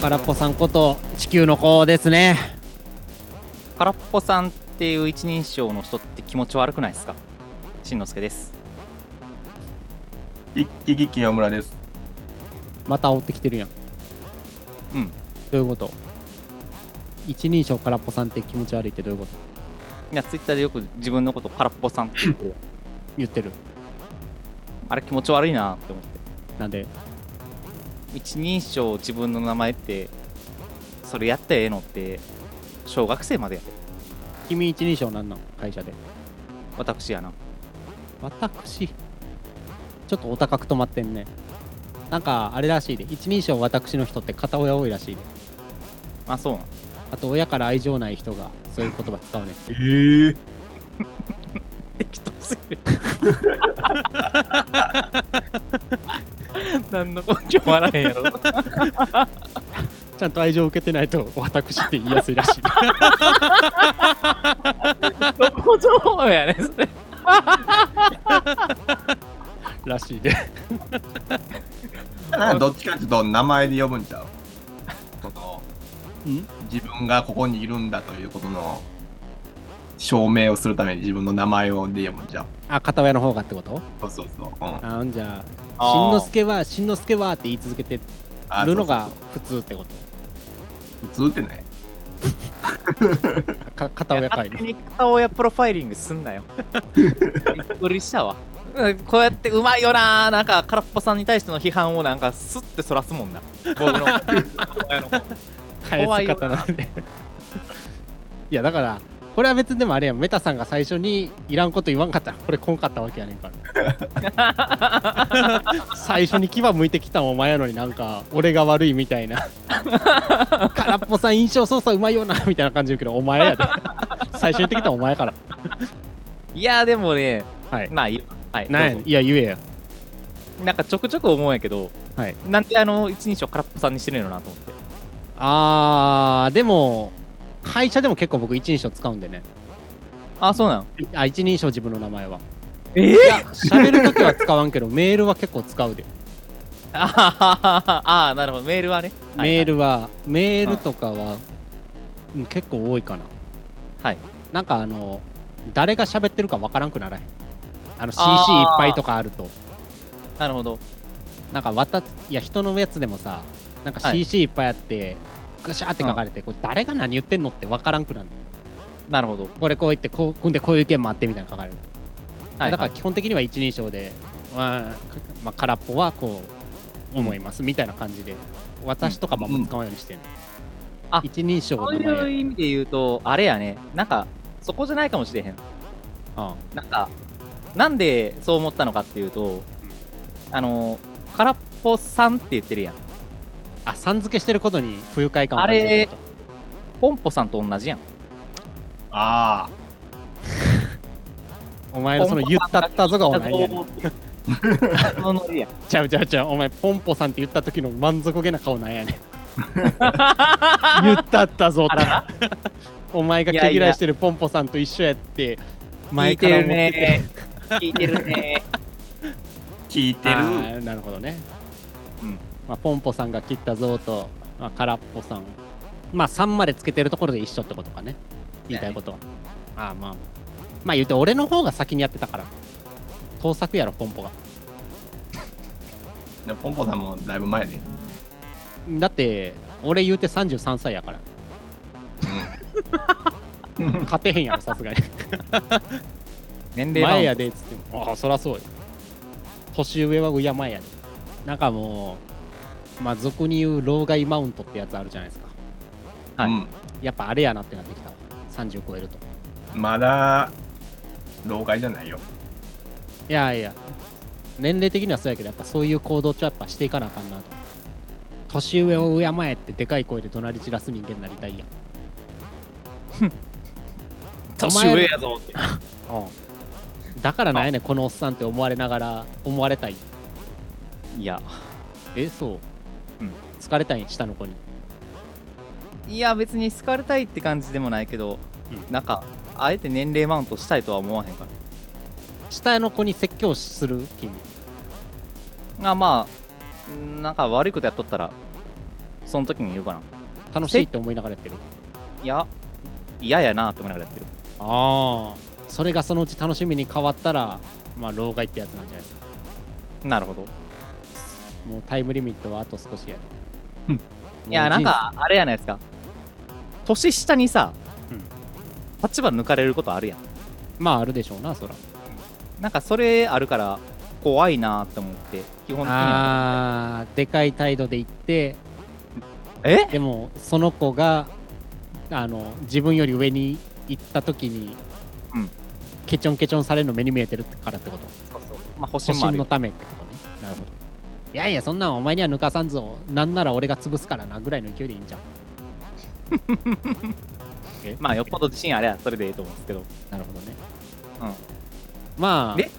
空っぽさんこと地球の子ですね空っぽさんっていう一人称の人って気持ち悪くないですかしんのすけです一気ギキヤムラです。また追ってきてるやんうんどういうこと一人称空っぽさんって気持ち悪いってどういうこといやツイッターでよく自分のこと空っぽさんって言ってる言ってるあれ気持ち悪いなって思ってなんで一人称自分の名前ってそれやったらええのって小学生までやで君一人称なんなん会社で私やな私ちょっとお高く止まってんねなんかあれらしいで一人称私の人って片親多いらしいであそうなんあと親から愛情ない人がそういう言葉使うねえー、適当すぎる 何の根拠もあらへんやろちゃんと愛情を受けてないと私って言いやすいらしいどこ情報やねんそれ らしいでだからどっちかっていうと名前で呼ぶんちゃうそのん自分がここにいるんだということの証明をするために自分の名前をで呼ぶんちゃうあ片親の方がってことそうそうそう。うん、あんじゃああーしんのすけはしんのすけはって言い続けてあるのが普通ってことそうそう普通ってないか片親会勝の手に片親プロファイリングすんなよびっくりしたわうんこうやってうまいよななんか空っぽさんに対しての批判をなんかスッてそらすもんな僕 の親の子 返す方なんでいやだからこれは別にでもあれやんメタさんが最初にいらんこと言わんかったらこれこんかったわけやねんから 最初に牙向いてきたんお前やのになんか俺が悪いみたい な空っぽさん印象操作うまいよなみたいな感じ言うけどお前やで最初に言ってきたんお前やからいやでもねはいまあいいよはいなんやどねうんいや言えやぞなんかちょくちょく思うんやけど、はいなんであの一人称空っぽさんにしてるのやろなと思ってあーでも会社でも結構僕一人称使うんでねあそうなのあ一人称自分の名前はえいえや喋るときは使わんけど メールは結構使うであはははあーなるほどメールはねメールルは、メールとかは、うん結構多いかな。はいなんかあの、誰が喋ってるかわからんくならへん。あの、CC いあーっぱいとかあると。なるほどなんか、わた、いや、人のやつでもさ、なんかはい CC いっぱいあって、ぐしゃーって書かれて、これ誰が何言ってんのってわからんくなる。なるほどこれこう言って、こう、んでこういう意見もあってみたいなの書かれる。はいだかはらい基本的には一人称で、まあ、まあ、空っぽはこう、思います、みたいな感じで、私とかもあんま使わんようにしてる、んあ一人称そのう名前やいう意味で言うとあれやねなんかそこじゃないかもしれへんうんなんか、なんでそう思ったのかっていうと、あの、空っぽさんって言ってるやん。あ、さん付けしてることに不愉快感を感じることポンポさんと同じやん。あお前のその言ったったぞがお前やねんそのノリやん。ちゃうちゃうちゃうお前ポンポさんって言った時の満足げな顔 なんやねん言ったったぞってお前が毛嫌いしてるポンポさんと一緒やって 聞前いかてら思っるててね。聞いてるね。あ、聞いてある。ーなるほどね、うんまあ、ポンポさんが切ったぞと、まあ、空っぽさんまあ3までつけてるところで一緒ってことかね言いたいことは、ああまあまあ言うて俺の方が先にやってたから盗作やろポンポがでポンポさんもだいぶ前で。うんだって俺言うて33歳やから勝てへんやろさすがに年齢前はやでっつってもああそらそうよ年上は敬前やでなんかもうまあ俗に言う老害マウントってやつあるじゃないですかはいうんやっぱあれやなってなってきたわ30超えるとまだ老害じゃないよ。いやいや、年齢的にはそうやけど、やっぱそういう行動ちょやっぱしていかなあかんなと。年上を敬えってでかい声で怒鳴り散らす人間になりたいやん。年上やぞって。だからなんやねんこのおっさんって思われながら、思われたい。いや、え、そう。うん疲れたいん、下の子に。いや別に好かれたいって感じでもないけど、うなんか、あえて年齢マウントしたいとは思わへんか下の子に説教する君。ら。あまあ、なんか悪いことやっとったら、その時に言うかな。楽しいって思いながらやってるいや、嫌やなって思いながらやってる。ああそれがそのうち楽しみに変わったらまあ老害ってやつなんじゃないですかなるほど。もうタイムリミットはあと少しやるうんもういや、なんか、あれやないですか。年下にさ、うん立場抜かれることあるやん。人生まああるでしょうなそらなんか、それあるから、怖いなって思って、基本的には。あーでかい態度で言ってえでもその子があの自分より上に行った時に、うんケチョンケチョンされるの目に見えてるからってことそうそう。まあ、保保身もあ身るのよ。ためってことねなるほどいやいやそんなんお前には抜かさんぞなんなら俺が潰すからなぐらいの勢いでいいんじゃんえまあ、よっぽど自信あればそれでいいと思うんですけど、なるほどねうんまあで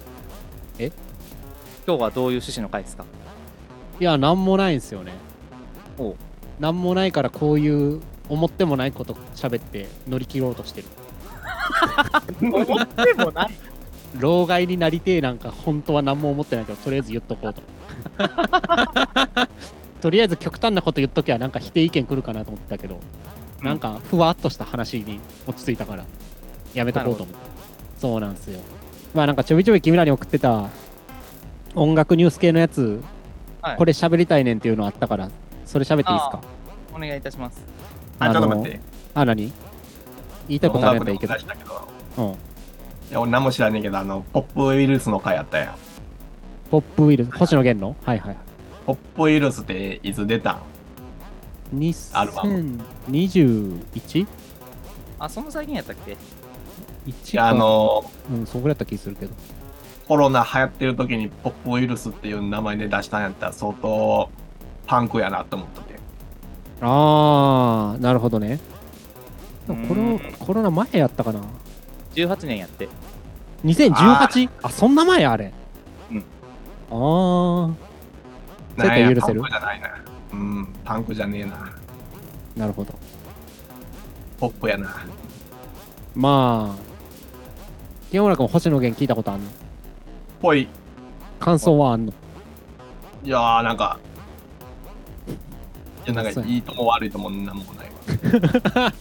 今日はどういう趣旨の回ですかいやなんもないんですよねおうなんもないからこういう思ってもないこと喋って乗り切ろうとしてる思ってもない。老害になりてえなんか本当は何も思ってないけどとりあえず言っとこ うととりあえず極端なこと言っときゃなんか否定意見来るかなと思ってたけど、うんなんかふわっとした話に落ち着いたからやめとこうと思ってそうなんですよまあなんかちょびちょび君らに送ってた音楽ニュース系のやつ、 はいこれ喋りたいねんっていうのあったからそれ喋っていいですかお願いいたします。あ、ちょっと待っあのて。あ何言いたいことあ音るやったらいいけ楽でもど出したけど。うんいや、俺何も知らねえけど、あの、ポップウイルスの回あったやん。ポップウイルス星野源のはいはいポップウイルスっていつ出たんアルバム 2021? あ、その最近やったっけ一いやあの、うん、そんぐらいやった気するけど。コロナ流行ってる時にポップウイルスっていう名前で出したんやったら相当パンクやなと思ってて。あー、なるほどね。でもコうロんコロナ前やったかな。 ?18 年やって。 2018? あそんな前あれ。うん。あー、そうやったらなんや許せるパンクじゃないな。うん、パンクじゃねえな。なるほど。ポップやな。まあ、清村君、星野源聞いたことあんのぽい。感想はあんのいやーなんか、いやなんそかうやいいとも悪いともなんもないわ。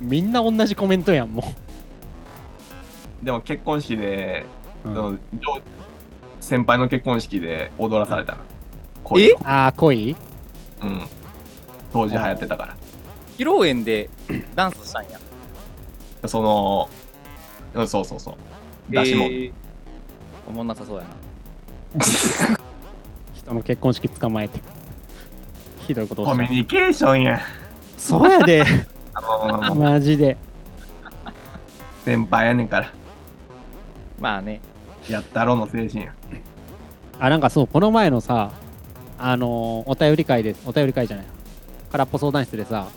みんな同じコメントやん、もでも結婚式で、う。そうんの上先輩の結婚式で踊らされたの。え恋をあー、恋うん。当時流行ってたから。披露 宴でダンスしたんや。その、うんそうそうそう。出し物。えーおもんなさそうやな。人の結婚式捕まえて。ひどいことをコしミたュ。ニケーションや。そうや で、あのー、マジで。先輩やねんから。まあね。やったろの精神や。あ、なんかそう、この前のさ、あのーお便り会です。お便り会じゃない。空っぽ相談室でさ、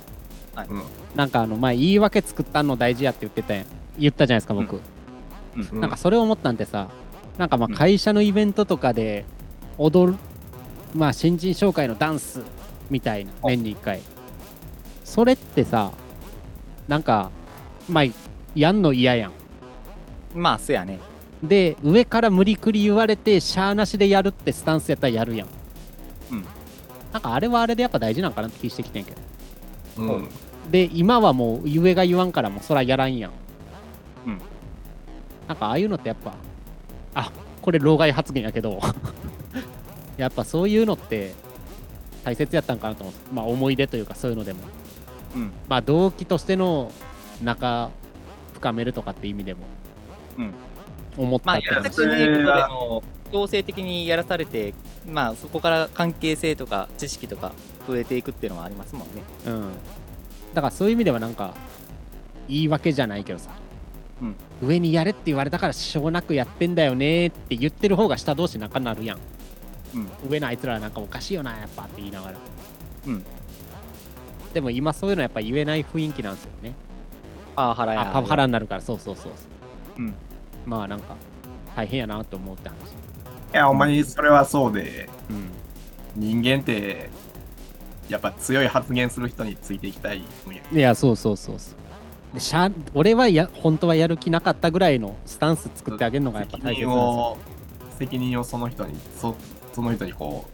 はいうんなんかあの、前、言い訳作ったの大事やって言ってたやん。言ったじゃないですか、僕。うなんかそれを思ったんでさ、なんかまうんあ会社のイベントとかで踊る、まあ新人紹介のダンスみたいな、あ年に1回。それってさ、なんか、まあ、やんの嫌やん。まあ、せやね。で上から無理くり言われてしゃーなしでやるってスタンスやったらやるやんうんなんかあれはあれでやっぱ大事なんかなって気してきてんけどうん。で今はもう上が言わんからもうそらやらんやんうんなんかああいうのってやっぱあこれ老害発言やけど やっぱそういうのって大切やったんかなと思うまあ思い出というかそういうのでもうん。まあ動機としての仲深めるとかって意味でもうん思ったまあ、ってやらせ話てくれることでも、強制的にやらされて、まあ、そこから関係性とか知識とか増えていくっていうのはありますもんね。うん、だからそういう意味ではなんか言い訳じゃないけどさ、うん上にやれって言われたからしょうなくやってんだよねって言ってる方が下同士仲なるやん、う上のあいつらはなんかおかしいよなやっぱって言いながら、うんでも今そういうのやっぱ言えない雰囲気なんですよねパワハラや。あパワハラになるからそうそうそうそう、うんまあなんか大変やなと思うって話、いや、ほんまにそれはそうで、うん、人間って、やっぱ強い発言する人についていきたいもんや。いや、そうそうそうそう。でしゃ俺はや本当はやる気なかったぐらいのスタンス作ってあげるのがやっぱ大責切なんです任よ。を、責任をその人に、そその人にこ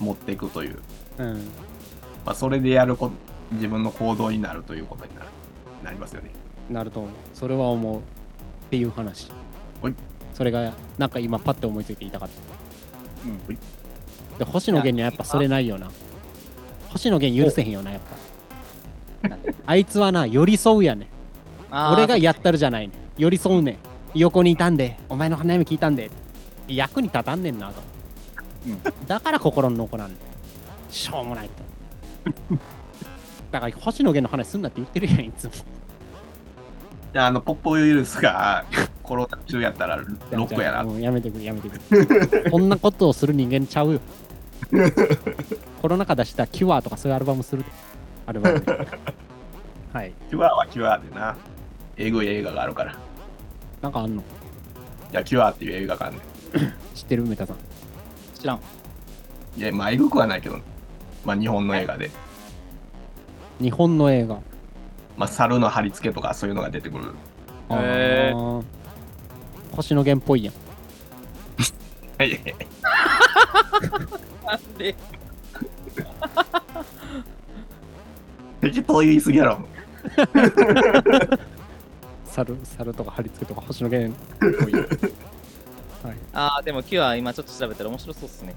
う、持っていくという。うん。まあ、それでやるこ自分の行動になるということになるなりますよね。なると思う。それは思う。っていう話。はいそれが、なんか今パッて思いついて言いたかっうん、た。で、星野源にはやっぱそれないよな。星野源許せへんよな、やっぱ。あいつはな、寄り添うやねん。あー俺がやったるじゃないねん。寄り添うねん。横にいたんで、お前の花嫁聞いたんで。役に立たんねんなと。だから心の残らんねん。しょうもないと。だから星野源の話すんなって言ってるやん、いつも。であのポップウイルスがコロナ中やった らロックやなもうやめてくれやめてくれこんなことをする人間ちゃうよコロナ禍出したキュアとかそういうアルバムするでアルバムではいキュアはキュアでなえぐい映画があるからいなんかあんのやキュアっていう映画があるね知ってる梅田さん知らんんいやまあえぐくはないけどまあ日本の映画で、日本の映画まあ猿の貼り付けとかそういうのが出てくるへーあー星野源っぽいやんいやいやなんで適当言いすぎやろ猿猿とか貼り付けとか星野源っぽいやんはいああでも Q は今ちょっと調べたら面白そうっすね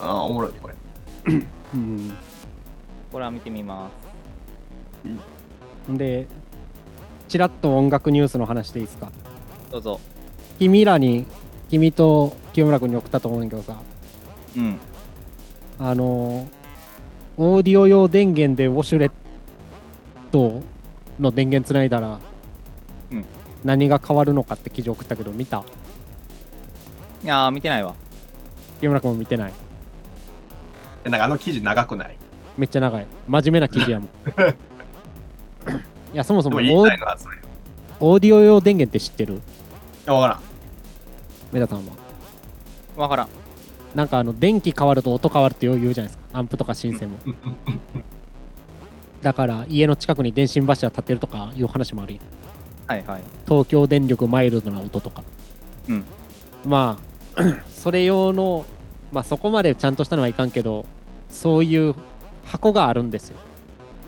ああおもろいねこれうんこれは見てみますでちらっと音楽ニュースの話でいいですかどうぞ君らに君と清村君に送ったと思うねんだけどさうんあのーオーディオ用電源でウォシュレットの電源つないだら、うん何が変わるのかって記事送ったけど見たいやー見てないわ木村君も見てないえなんかあの記事長くないめっちゃ長い真面目な記事や もんいやそもそでももオ言ーいたいのはそれいオーディオ用電源って知ってるやわからんメダさんはわからんなんかあの電気変わると音変わるってよう言うじゃないですかアンプとかシンセ もうんうんだから家の近くに電信柱立ってるとかいう話もあるやんはいはい東京電力マイルドな音とか、うんまあ それ用の、まあ、そこまでちゃんとしたのはいかんけどそういう箱があるんですよ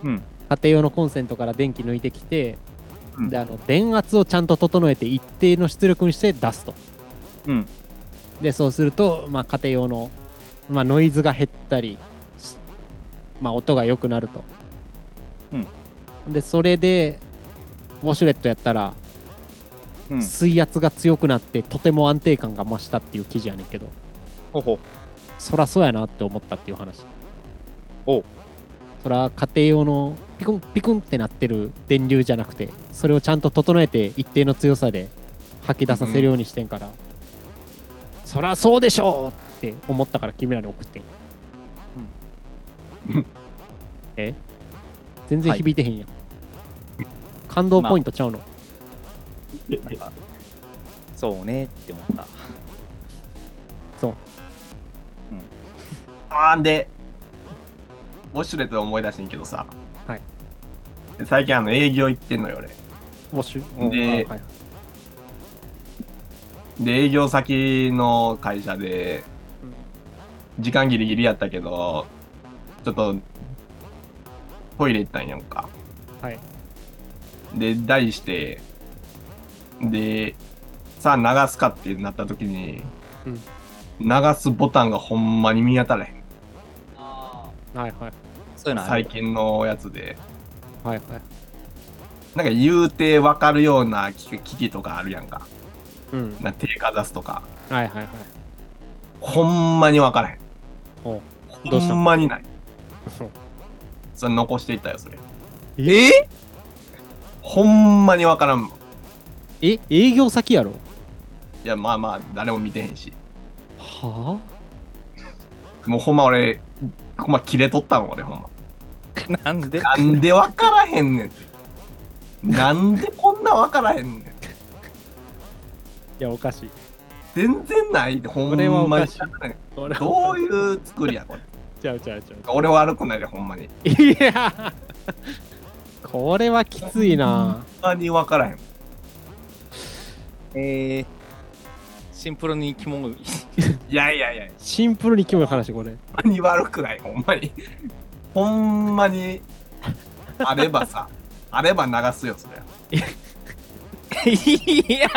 うん家庭用のコンセントから電気抜いてきて、うんであの電圧をちゃんと整えて一定の出力にして出すとうんでそうすると、まあ、家庭用の、まあ、ノイズが減ったり、しまあ、音が良くなると、でそれでウォシュレットやったらうん水圧が強くなってとても安定感が増したっていう記事やねんけどほほそらそうやなって思ったっていう話おうそら家庭用のピクンピクンってなってる電流じゃなくてそれをちゃんと整えて一定の強さで吐き出させるようにしてんから、そらそうでしょうって思ったから君らに送ってん、うん え全然響いてへんやん、感動ポイントちゃうの、そうねって思ったそうあーで、ウォシュレットで思い出してんけどさ、はいで最近あの営業行ってんのよ、俺。ウォッシうんュであはいで、営業先の会社で、時間ギリギリやったけど、ちょっと、トイレ行ったんやんか。はいで、題して、で、さあ流すかってなった時に、うん流すボタンがほんまに見当たらへん。あはいはいそういうのあ最る近のやつで。はいはいなんか言うて分かるような機機器とかあるやんか。うんな手かざすとか。はいはいはいほんまに分からへん。ほどうしたほんまにない。それ残していったよ、それ。えほんまに分からんもん。いえ営業先やろや、まあまあ、誰も見てへんし。はもうほんま俺、ほんま切れとったもん、俺ほんま。なんでなんで分からへんねんって。なんでこんな分からへんねん。あいやおかしい全然ないって、ほんこれはおまかにしい。どういう作りや、これ。ちゃうちゃうちゃ俺悪くないで、ほんまに。ういやこれはきついなほんまに分からへん。えー、シンプルにキモいいやいやいや、シンプルにキモい話これ ほんまに悪くない、ほんまに。ほんまに、あればさ、あれば流すよ、それ。いや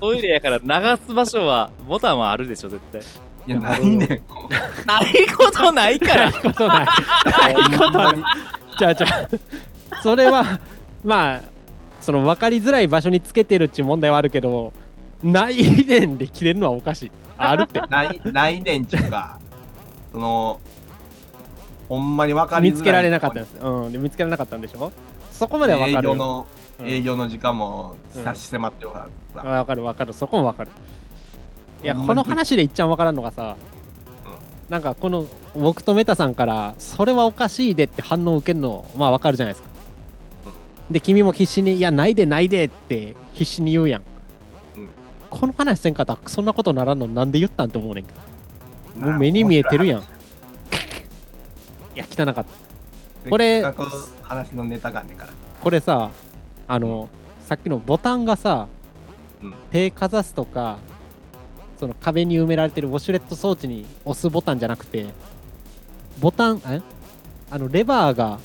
トイレやから流す場所はボタンはあるでしょ絶対いや、ないねん。ないことないからことないいことに。じゃあじゃあそれはまあその分かりづらい場所につけてるっちゅう問題はあるけどないでんで切れるのはおかしいある ってない、ないねんちゅうか、その、ほんまに分かりづらい。見つけられなかったんです、うん、で見つけられなかったんでしょそこまでは分営かる業よの、うん営業の時間も差し迫ってるからさ。わかるわかるそこもわかるいやほんこまにの話でいっちゃんわからんのがさ、なんかこの僕とメタさんからそれはおかしいでって反応を受けるのまあわかるじゃないですかで君も必死にいやないでないでって必死に言うやん、うんこの話せんかったらそんなことならんのなんで言ったんって思うねんけどもなう目に見えてるやんいや汚かったこれせっかく話のネタがあんねんから。これさあの、さっきのボタンがさ、うん手かざすとかその壁に埋められてるウォシュレット装置に押すボタンじゃなくてボタンえあのレバーが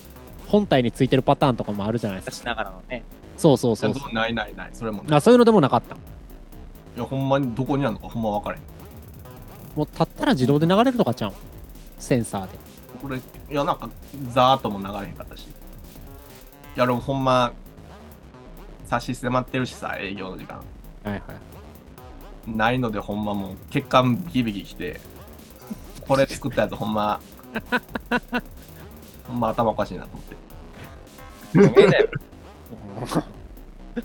本体についてるパターンとかもあるじゃないですかしながらのねそうそうそういやないないない、それもない。あそういうのでもなかったいや、ほんまにどこにあるのかほんま分からへん。もう立ったら自動で流れるとかちゃうんセンサーでこれ、いや、なんか、ザーっとも流れへんかったし。いや、でもほんま、差し迫ってるしさ、営業の時間。はいはいないので、ほんまもう、血管ビキビキきて、これ作ったやつ、ほんま、 ほんま頭おかしいなと思って。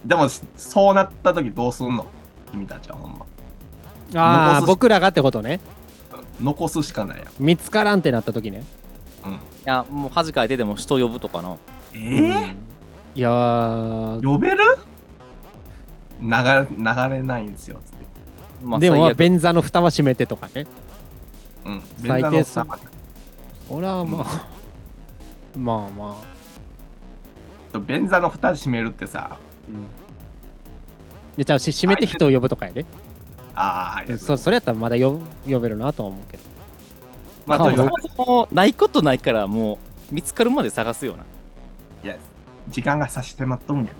でも、そうなった時どうすんの君たちはほんま。ああ残す僕らがってことね残すしかないやん。見つからんってなった時ねうん。いやもう恥かいてでも人呼ぶとかのえいやー呼べる流れ流れないんですよ、つって。まあでも最まあ悪便座の蓋は閉めてとかねうん。最低っすさ、俺はまあ、まあまあ、便座の蓋閉めるってさ、うん、でじゃあし閉めて人を呼ぶとかやで、ああ、そそれやったらまだ呼呼べるなとは思うけどまあ、顔とにかく、そもうないことないからもう見つかるまで探すようないや、時間が差し迫っとるんやて。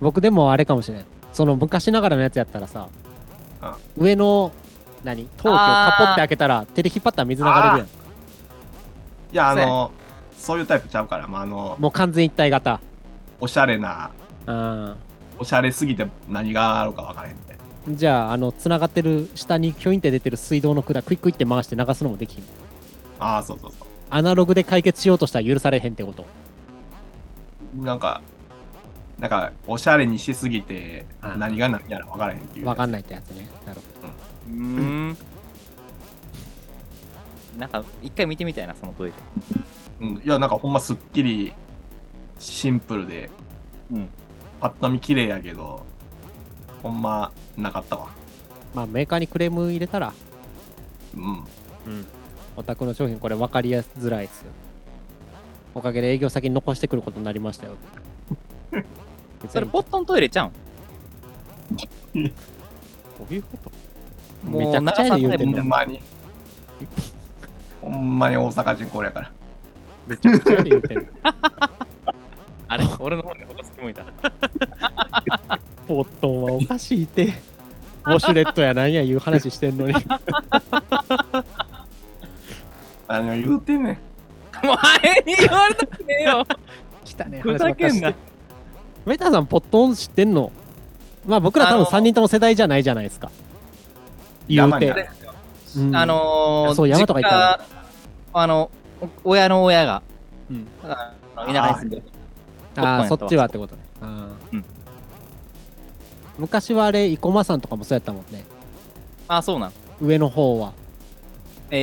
僕でもあれかもしれんその昔ながらのやつやったらさあ上の何陶器をあカーポって開けたら手で引っ張ったら水流れるやいや、あの、そういうタイプちゃうから、まあ、あのん、もう完全一体型おしゃれな、あおしゃれすぎて何があるか分からへんみたいな。ーじゃああのつながってる下にひょいんって出てる水道の管クイックイって回して流すのもできひんああ、そうそうそアナログで解決しようとしたら許されへんってことう。なんか、なんか、おしゃれにしすぎてあ、何が何やら分からへんっていう。わかんないってやつねなるほうーんなんか一回見てみたいなそのトイレうん、いや、なんかほんますっきり、シンプルで、うんぱっと見綺麗やけど、ほんま、なかったわ。どまあメーカーにクレーム入れたらうん。うん、お宅の商品これ分かりやすづらいですよおかげで営業先に残してくることになりま したよそれポットントイレちゃうんこういうこともうめちゃくちゃやで長さ言うてほんんのまに。ほんまに大阪人これやから。めちゃくちゃやで言うてるあれ俺の方にほかすきもいたポットンはおかしいてウォシュレットやなんやいう話してんのにあの、言うてんねん。 もう前に言われたくねえよ 来たね ふざけんなメタさんポットン知ってんのまあ僕ら多分あの3人とも世代じゃないじゃないですか言う山にてあるうんあのー、そう山とか行ったら実家あの、お親の親が、うんあの田舎に住んでる。ああポそットンやったわっちはってことねあーうん昔はあれ生駒さんとかもそうやったもんねあ、そうなん。上の方はえ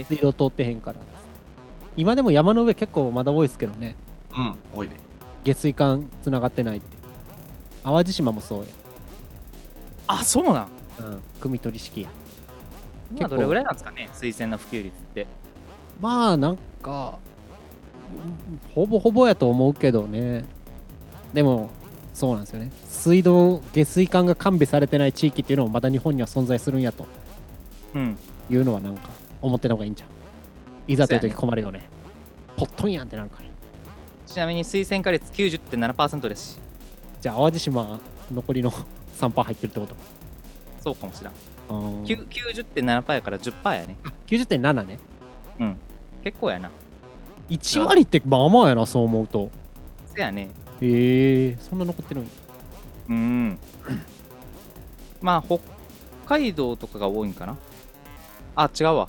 ー、水道通ってへんから今でも山の上結構まだ多いですけどねうん、おいで。下水管つながってないって淡路島もそうや、あ、そうなん。うん、組取り式や今どれぐらいなんですかね、推薦の普及率って。まあなんかうんほぼほぼやと思うけどねでもそうなんですよね水道下水管が完備されてない地域っていうのもまだ日本には存在するんやとうんいうのはなんか思ってた方がいいんじゃんいざというそ時うやね困るよねほっとんやんってなるからちなみに推薦化率90.7%ですしじゃあ淡路島は残りの 3%入ってるってことそうかもしれんあーきゅ90.7%やから10%やね90.7ねうん結構やな1割ってまあまあやなそう思うとせやねへえそんな残ってるんやうんまあ北海道とかが多いんかなあ違うわ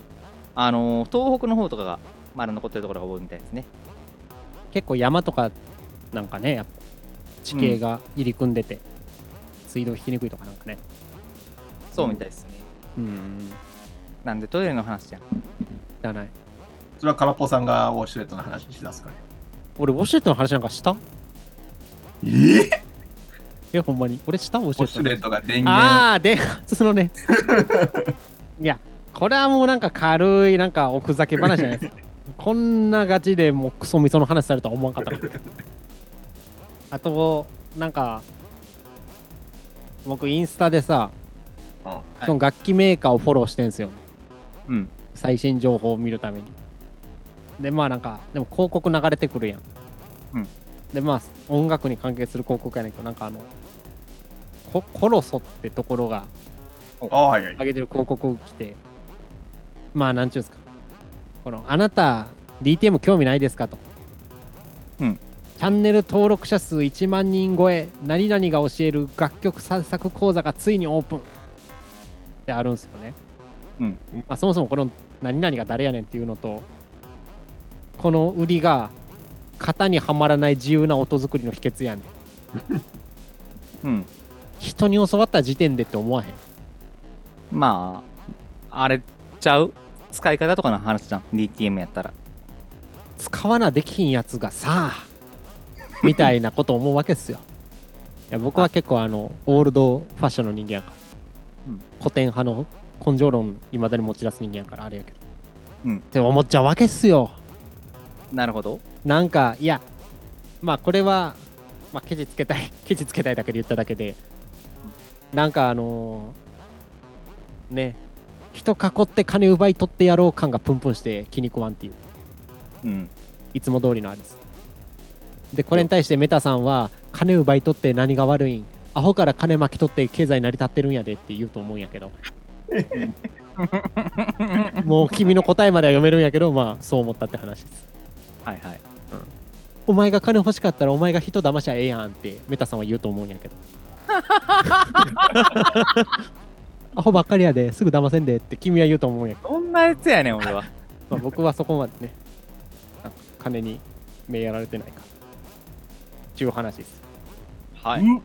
あのー東北の方とかがまだ残ってるところが多いみたいですね結構山とかなんかねやっぱ地形が入り組んでて、水道引きにくいとかなんかねそうみたいですね、うんなんでトイレの話じゃんじゃないそれは空っぽさんがウォシュレットの話しだすから。俺ウォシュレットの話なんかしたえぇえほんまに俺したウォウォシシュュレレッットトが電源。ああでその ねいやこれはもうなんか軽いなんかおふざけ話じゃないですかこんなガチでもうクソみその話されるとは思わんかったからあとなんか僕インスタでさ、うんはいその楽器メーカーをフォローしてんすようん最新情報を見るためにでまあなんかでも広告流れてくるやん、うんでまあ音楽に関係する広告やねんけどなんかあのココロソってところがああ、はいはい。上げてる広告来てまあなんちゅうんですかこのあなた DTM 興味ないですかと、うんチャンネル登録者数1万人超え何々が教える楽曲散策講座がついにオープンってあるんですよね、うんまあ、そもそもこの何々が誰やねんっていうのとこの売りが型にはまらない自由な音作りの秘訣やねんうん人に教わった時点でって思わへんまああれちゃう使い方とかの話じゃん DTM やったら使わなできひんやつがさみたいなこと思うわけっすよいや僕は結構あのオールドファッションの人間やから、うん古典派の根性論いまだに持ち出す人間やからあれやけど、うんって思っちゃうわけっすよなるほどなんかいやまあこれは、まあ、ケチつけたい ケチつけたいだけで言っただけでなんかあのーね人囲って金奪い取ってやろう感がプンプンして気に食わんっていううんいつも通りのあれです。で、これに対してメタさんは、金奪い取って何が悪いんアホから金巻き取って経済成り立ってるんやでって言うと思うんやけど。もう君の答えまでは読めるんやけど、まあそう思ったって話です。はいはいお前が金欲しかったらお前が人騙しゃええやんってメタさんは言うと思うんやけど。アホばっかりやですぐ騙せんでって君は言うと思うんやけどんなやつやねん俺はど、まあ、僕はそこまでね、なんか金に目やられてないか。っていう話です。はうん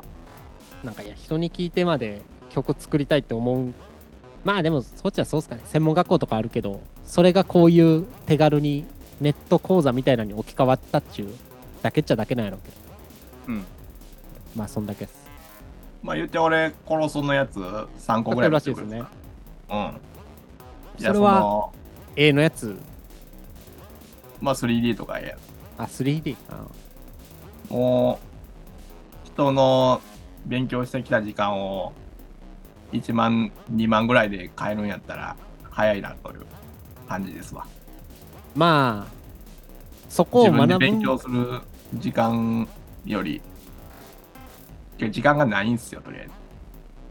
なんかいや人に聞いてまで曲作りたいって思うまあでもそっちはそうっすかね専門学校とかあるけどそれがこういう手軽にネット講座みたいなのに置き換わったっちゅうだけっちゃだけなんやろうけどうんまあそんだけっすまあ言って俺、コロソのやつ3個ぐらい持ってく買ってるらしいでするね。うん。じそゃあれそはの、 A のやつまあ 3D とかや。あ 3D あもう、人の勉強してきた時間を1万、2万ぐらいで買えるんやったら、早いなという感じですわ。まあそこ自を分で学ぶ勉強する時間より、時間がないんすよ、とりあえず。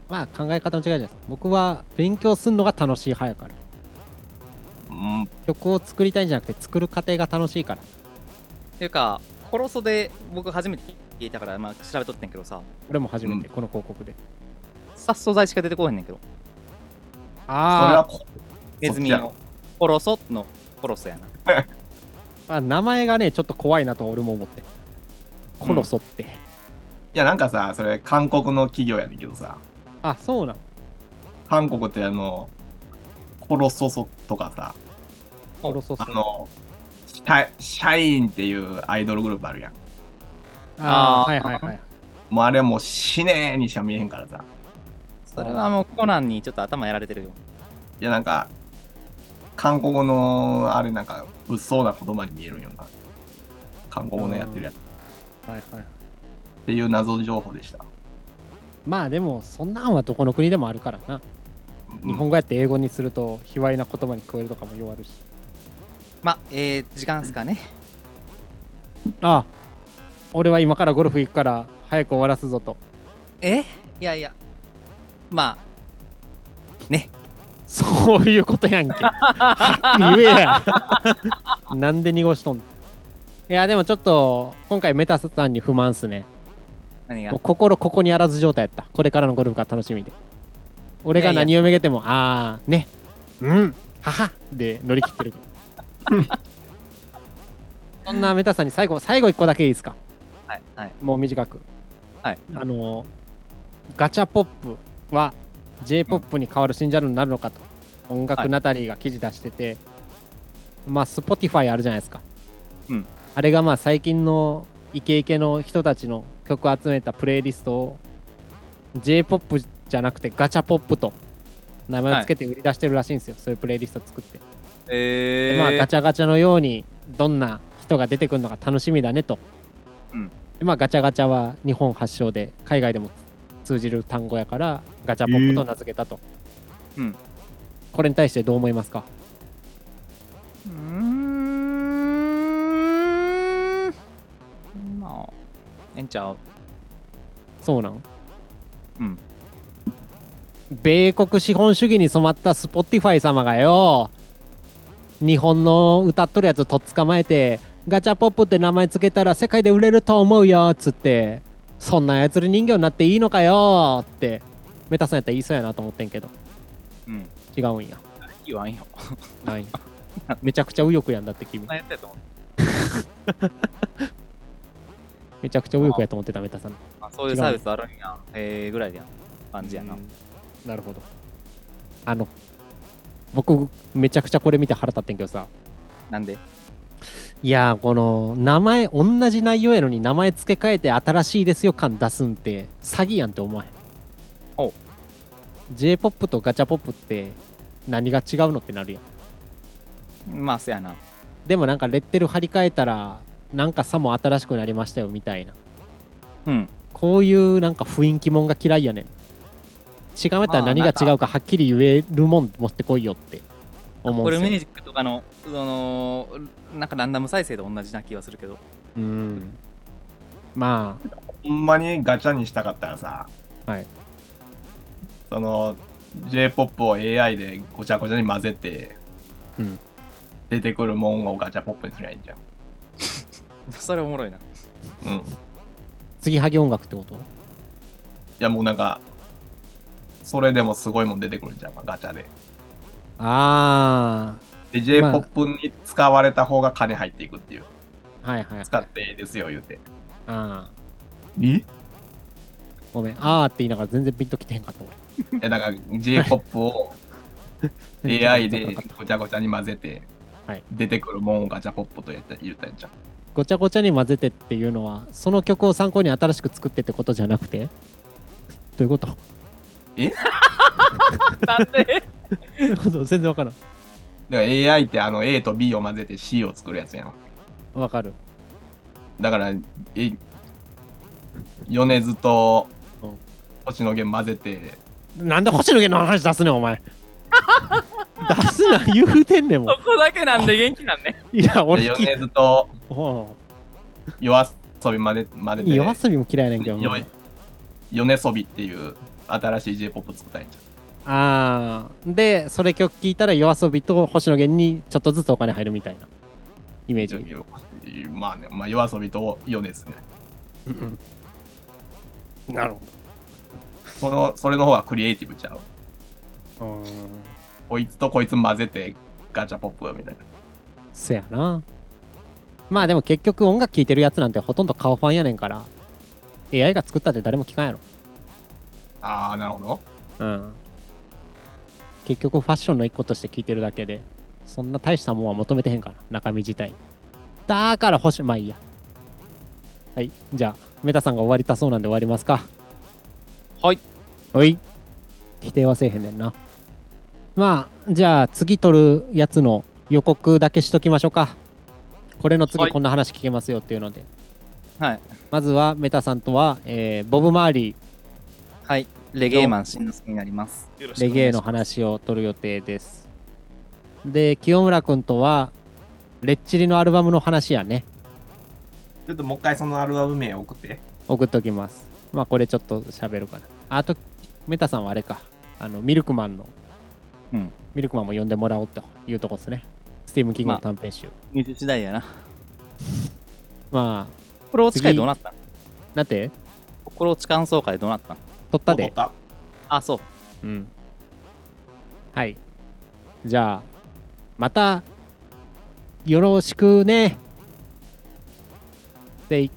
まあ考え方の違いじゃないですか僕は勉強するのが楽しい派やからうん、曲を作りたいんじゃなくて作る過程が楽しいからっていうかコロソで僕初めて聞いたから、まあ、調べとってんけどさ俺も初めてうこの広告で、殺素材しか出てこへんねんけどそれああはこネズミそっのコロソのコロソやなまあ、名前がね、ちょっと怖いなと俺も思って。コロソって。いや、なんかさ、それ韓国の企業やねんけどさ、あ、そうなの韓国ってあの、コロソソとかさ、コロソソあ。の、シャシャインっていうアイドルグループあるやん。あああ、ーはいはいはい。もうあれはもう死ねーにしか見えへんからさ。それはもうコナンにちょっと頭やられてるよいやなんか、韓国語のあれなんか、物騒な言葉に見えるんよな。韓国語のやってるやつ。はいはい。っていう謎情報でした。まあでもそんなんはどこの国でもあるからな、うん日本語やって英語にすると卑猥な言葉に聞こえるとかも弱るしまあ、えー、時間ですかね。ああ俺は今からゴルフ行くから早く終わらすぞとえいやいや。まあ、ね。そういうことやんけ。はっき り言えや。なんで濁しとんのいや、でもちょっと、今回メタさんに不満っすね。何がもう。心ここにあらず状態やった。これからのゴルフが楽しみで。俺が何をめげても、あー、ね、うん、ははで乗り切ってる。そんなメタさんに最後、最後一個だけいいですかはい。はい。もう短く。はい。あのーガチャポップは J-POP に変わる新ジャンルになるのかと、音楽ナタリーが記事出してて、まあ、Spotify あるじゃないですか。うんあれがまあ、最近のイケイケの人たちの曲を集めたプレイリストを J-POP じゃなくてガチャポップと名前をつけて売り出してるらしいんですよ。そういうプレイリスト作って。えまあ、ガチャガチャのようにどんな人が出てくるのか楽しみだねと、うんでまあ、ガチャガチャは日本発祥で海外でも通じる単語やからガチャポップと名付けたと、えーうんこれに対してどう思いますかうーん。まあ、えんちゃう。そうなんうん。米国資本主義に染まったスポティファイ様がよ日本の歌っとるやつとっ捕まえてガチャポップって名前つけたら世界で売れると思うよっつってそんな操り人形になっていいのかよってメタさんやったら言いそうやなと思ってんけどうん。違うんや言わんよ。 ないめちゃくちゃ右翼やんだって君何やったやと思う。めちゃくちゃ右翼やと思ってたメタさんあそういうサービスあるんや。えー、ぐらいでやん。感じやな。なるほどあの僕めちゃくちゃこれ見て腹立ってんけどさなんでいやーこの名前同じ内容やのに名前付け替えて新しいですよ感出すんって詐欺やんって思わへんおう J-POP とガチャポップって何が違うのってなるやんまあ、そやな。でもなんかレッテル貼り替えたらなんかさも新しくなりましたよみたいなうん。こういうなんか雰囲気もんが嫌いやねん。違うやったら何が違うかはっきり言えるもん持ってこいよって思うこんれでミすよ。ュージックとかの、その、なんかランダム再生と同じな気がするけど。 うん。まあ、ほんまにガチャにしたかったらさ、はいその J-POP を AI でごちゃごちゃに混ぜて、うん出てくるもんをガチャポップにすりゃいいんじゃん。それおもろいな。うん、い継ぎはぎ音楽ってことやもうなんか、それでもすごいもん出てくるんじゃん、ガチャで。あで、まあ J-POP に使われた方が金入っていくっていう。あ、はいはい。使っていいですよ、言うて。あーえごめん、あーって言いながら全然ピンときてへんかった俺。えだから J-POP を AI でごちゃごちゃに混ぜてはい、出てくるもんをガチャポップと言った言ったんじゃん。ごちゃごちゃに混ぜてっていうのは、その曲を参考に新しく作ってってことじゃなくてどういうことどなんでういうこと全然わからん。だから AI ってあの A と B を混ぜて C を作るやつやん。わかる。だから、え米津とうん星野源混ぜて、なんで星野源の話出すねんお 前。出すな、言うてんねんもんそ。こだけなんで元気なんね。いや、俺で聞い米津とお夜遊び混ぜ混ぜうて、夜遊びも嫌いなんけどよな。米遊びっていう新しい J-POP 作ったんじあーでそれ曲聴いたら夜遊びと星野源にちょっとずつお金入るみたいなイメーゃんジ、。まあね、まあ夜遊びと米津ね。なるほその、それの方がクリエイティブちゃう。どこいつとこいつ混ぜてガチャポップみたいな。そやなまあでも結局音楽聴いてるやつなんてほとんど顔ファンやねんから AI が作ったって誰も聞かんやろああ、なるほど。うん結局ファッションの一個として聞いてるだけでそんな大したもんは求めてへんから中身自体だから星まあいいやはいじゃあメタさんが終わりたそうなんで終わりますかはいおい否定はせえへんねんなまあじゃあ次撮るやつの予告だけしときましょうかこれの次はいこんな話聞けますよっていうので、はい。まずはメタさんとは、えーボブ・マーリ はい。レゲエマンしんすけになります。よろしくお願いしますーレゲエの話を取る予定ですで清村君とはレッチリのアルバムの話やねちょっともう一回そのアルバム名送って。送っときますまあこれちょっと喋るかなあとメタさんはあれかあのミルクマンの、うんミルクマンも呼んでもらおうというとこですねスティーム・キングの短編集、入手次第やな。まあ心落ち会どうなったんなんて心落ち感想会どうなったん取ったで撮ったあ、そう。うんはいじゃあまたよろしくねでい